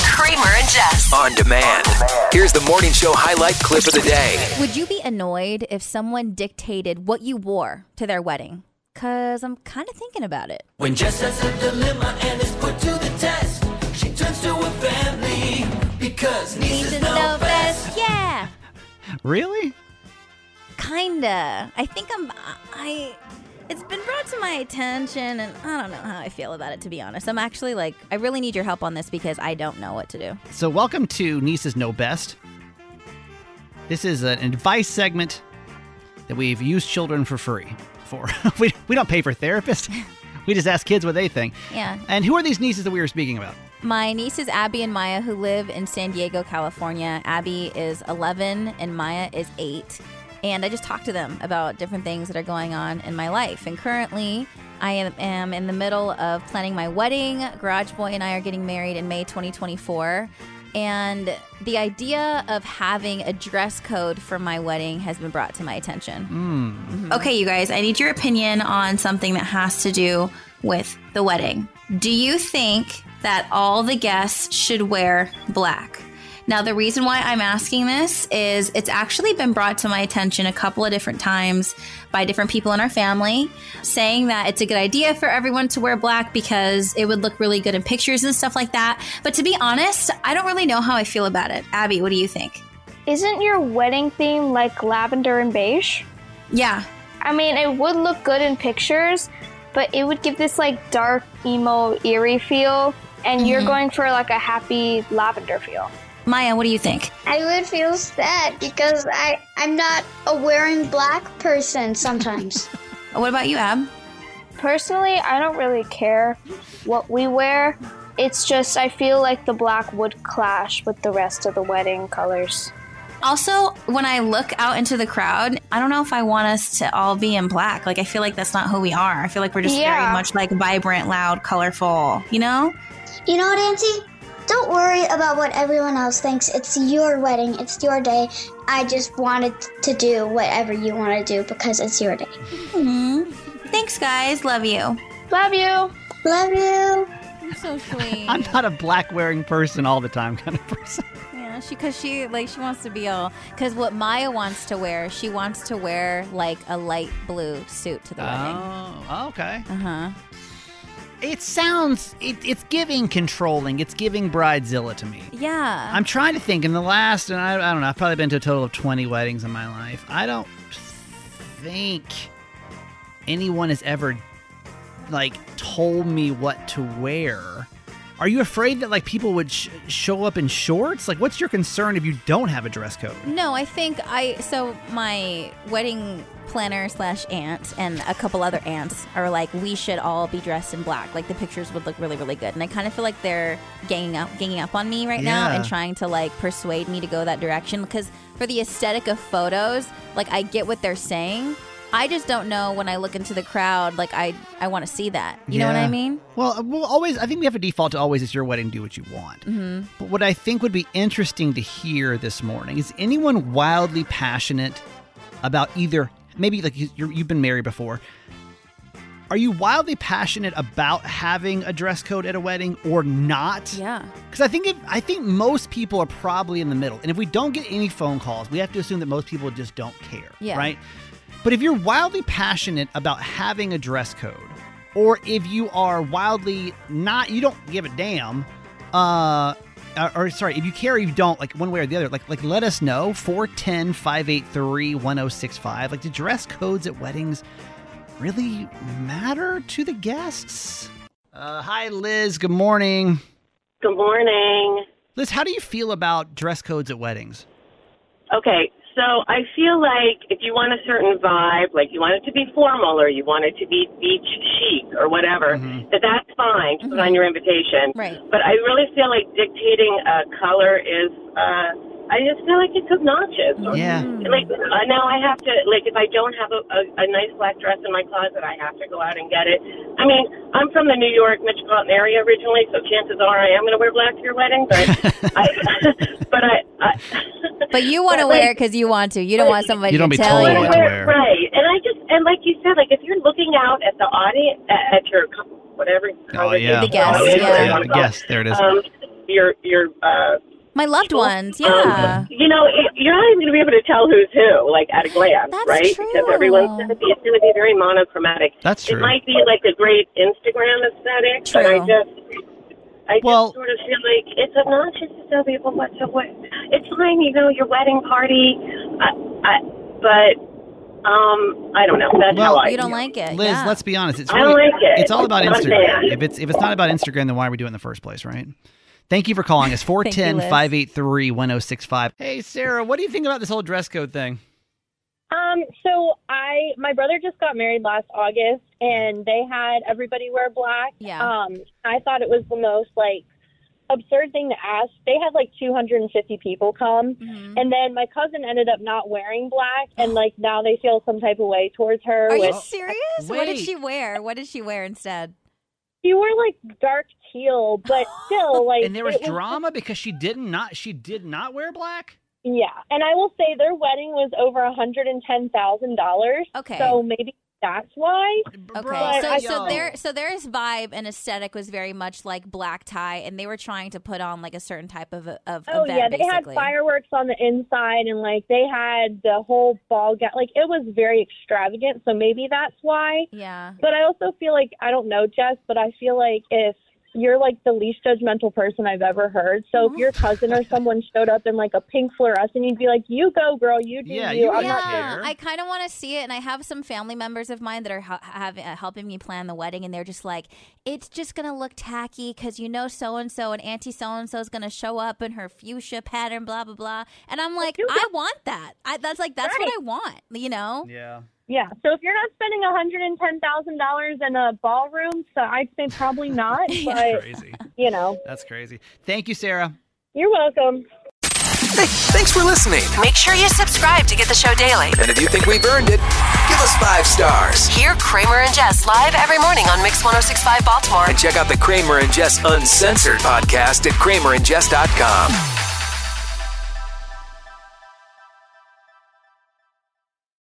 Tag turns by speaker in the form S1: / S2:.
S1: Kramer and Jess.
S2: On demand. Here's the morning show highlight clip of the day.
S3: Would you be annoyed if someone dictated what you wore to their wedding? Because I'm kind of thinking about it.
S4: When Jess has a dilemma and is put to the test, she turns to her family because nieces know best.
S3: Yeah,
S5: Really?
S3: kinda. I think I'm. I. It's been brought to my attention, and I don't know how I feel about it. To be honest, I'm actually like, I really need your help on this because I don't know what to do.
S5: So, welcome to Nieces Know Best. This is an advice segment that we've used children for free for. we, we don't pay for therapists. We just ask kids what they think.
S3: Yeah.
S5: And who are these nieces that we were speaking about?
S3: My nieces Abby and Maya, who live in San Diego, California. Abby is 11 and Maya is 8. And I just talked to them about different things that are going on in my life. And currently, I am, am in the middle of planning my wedding. Garage Boy and I are getting married in May 2024. And the idea of having a dress code for my wedding has been brought to my attention.
S6: Okay, you guys, I need your opinion on something that has to do with the wedding. Do you think that all the guests should wear black? Now, the reason why I'm asking this is it's actually been brought to my attention a couple of different times by different people in our family saying that it's a good idea for everyone to wear black because it would look really good in pictures and stuff like that. But to be honest, I don't really know how I feel about it. Abby, what do you think?
S7: Isn't your wedding theme like lavender and beige?
S6: Yeah,
S7: I mean, it would look good in pictures, but it would give this like dark, emo, eerie feel, and you're going for like a happy lavender feel.
S6: Maya, what do you think?
S8: I would feel sad because I, I'm not a wearing black person sometimes.
S6: What about you, Ab?
S7: Personally, I don't really care what we wear. It's just I feel like the black would clash with the rest of the wedding colors.
S6: Also, when I look out into the crowd, I don't know if I want us to all be in black. Like, I feel like that's not who we are. I feel like we're just very
S7: Yeah.
S6: much like vibrant, loud, colorful, you know?
S8: you know, Nancy, don't worry about what everyone else thinks. It's your wedding, it's your day. I just wanted to do whatever you want to do because it's your day.
S6: hmm Thanks, guys. Love you.
S7: Love you.
S8: Love you.
S3: So sweet.
S5: I'm not a black wearing person all the time kind of person.
S3: Yeah, she because she like she wants to be all because what Maya wants to wear, she wants to wear like a light blue suit to the wedding.
S5: Oh, okay.
S3: Uh huh.
S5: It sounds, it, it's giving controlling, it's giving bridezilla to me.
S3: Yeah.
S5: I'm trying to think. In the last, and I, I don't know, I've probably been to a total of 20 weddings in my life. I don't think anyone has ever, like, told me what to wear. Are you afraid that, like, people would sh- show up in shorts? Like, what's your concern if you don't have a dress code?
S3: No, I think I so my wedding planner slash aunt and a couple other aunts are like we should all be dressed in black. Like the pictures would look really really good, and I kind of feel like they're ganging up ganging up on me right now
S5: Yeah.
S3: and trying to like persuade me to go that direction because for the aesthetic of photos, like I get what they're saying. I just don't know when I look into the crowd, like I I want to see that. You know what I
S5: Yeah.
S3: mean?
S5: Well, uh, we'll always, I think we have a default to always, it's your wedding, do what you want. Mm-hmm. But what I think would be interesting to hear this morning is anyone wildly passionate about either, maybe like you- you're, you've been married before. Are you wildly passionate about having a dress code at a wedding or not?
S3: Yeah.
S5: Because I think if, I think most people are probably in the middle, and if we don't get any phone calls, we have to assume that most people just don't care,
S3: Yeah.
S5: right? But if you're wildly passionate about having a dress code, or if you are wildly not, you don't give a damn, uh, or, or sorry, if you care, or you don't like one way or the other. Like, like let us know 410-583-1065. Like, do dress codes at weddings really matter to the guests? Uh, hi, Liz. Good morning.
S9: Good morning.
S5: Liz, how do you feel about dress codes at weddings?
S9: Okay, so I feel like if you want a certain vibe, like you want it to be formal or you want it to be beach chic or whatever, that that's fine to put on your invitation.
S3: Right.
S9: But I really feel like dictating a color is, uh, I just feel like it's obnoxious. Or,
S5: Yeah.
S9: Like uh, now I have to, like if I don't have a, a, a nice black dress in my closet, I have to go out and get it. I mean, I'm from the New York metropolitan area originally, so chances are I am going to wear black to your wedding, but I, but I, I
S3: But you want to
S9: like-
S3: wear it because you want to. You don't want somebody
S5: You don't
S3: to
S5: be
S3: tell
S5: told
S3: you.
S5: what
S9: Right,
S5: to wear.
S9: right, right. And I just and like you said, like if you're looking out at the audience at, at your co- whatever.
S5: Oh, yeah.
S3: The guests,
S9: Oh, it is,
S3: yeah.
S9: whatever
S5: Yeah,
S9: it's
S5: the guests, there it is.
S9: called. Um, your your uh,
S3: My loved ones, yeah.
S9: um, you know, it, you're not even going to be able to tell who's who, like at a glance,
S3: That's
S9: right?
S3: true.
S9: Because everyone's going to be, it's going to be very monochromatic.
S5: That's true.
S9: It might be like a great Instagram aesthetic, but I
S3: True.
S9: just, I
S5: Well-
S9: just sort of feel like it's obnoxious to tell people what to wear. It's fine, you know, your wedding party, I, I, but um, I don't know. That's
S5: Well,
S9: how I
S3: you don't
S9: feel.
S3: like it.
S5: Liz,
S3: yeah.
S5: let's be honest. It's
S9: I
S5: really,
S9: like it.
S5: It's all about
S9: Not
S5: Instagram.
S9: bad.
S5: If it's if it's not about Instagram, then why are we doing it in the first place, right? Thank you for calling us 410 583 1065. Hey, Sarah, what do you think about this whole dress code thing?
S1: Um, so I my brother just got married last August and they had everybody wear black.
S3: Yeah.
S1: Um, I thought it was the most like absurd thing to ask. They had like 250 people come
S3: Mhm.
S1: and then my cousin ended up not wearing black and like now they feel some type of way towards her
S3: Are you
S1: which-
S3: serious? What did
S5: Wait.
S3: she wear? What did she wear instead?
S1: she wore like dark teal but still like
S5: And there was
S1: it
S5: drama because she didn't not she did not wear black?
S1: Yeah, and I will say their wedding was over a hundred and ten thousand dollars.
S3: Okay.
S1: so maybe that's why.
S3: Okay,
S1: Bro,
S3: so
S1: I-
S3: so
S1: yo.
S3: their so their vibe and aesthetic was very much like black tie, and they were trying to put on like a certain type of of
S1: Oh
S3: event.
S1: yeah, they
S3: basically.
S1: had fireworks on the inside, and like they had the whole ball gown. Like it was very extravagant, so maybe that's why.
S3: Yeah,
S1: But I also feel like I don't know, Jess, but I feel like if you're like the least judgmental person I've ever heard. So if your cousin or someone showed up in like a pink fluorescent, you'd be like, "You go, girl. You do
S5: Yeah,
S1: you.
S5: you
S1: I'm
S5: really
S1: not
S3: yeah.
S5: care.
S3: I kind of want to see it, and I have some family members of mine that are ha- having uh, helping me plan the wedding, and they're just like, "It's just gonna look tacky because you know so and so and auntie so and so is gonna show up in her fuchsia pattern, blah blah blah." And I'm like, I want that. I, that's like that's what
S1: Right.
S3: I want, you know?
S5: Yeah.
S1: Yeah. So if you're not spending $110,000 in a ballroom, so I'd say probably not. But,
S5: Crazy.
S1: you know,
S5: That's crazy. Thank you, Sarah.
S1: you're welcome.
S2: Hey, thanks for listening.
S10: Make sure you subscribe to get the show daily.
S2: And if you think we've earned it, give us five stars.
S10: Hear Kramer and Jess live every morning on Mix 1065 Baltimore.
S2: And check out the Kramer and Jess Uncensored podcast at kramerandjess.com.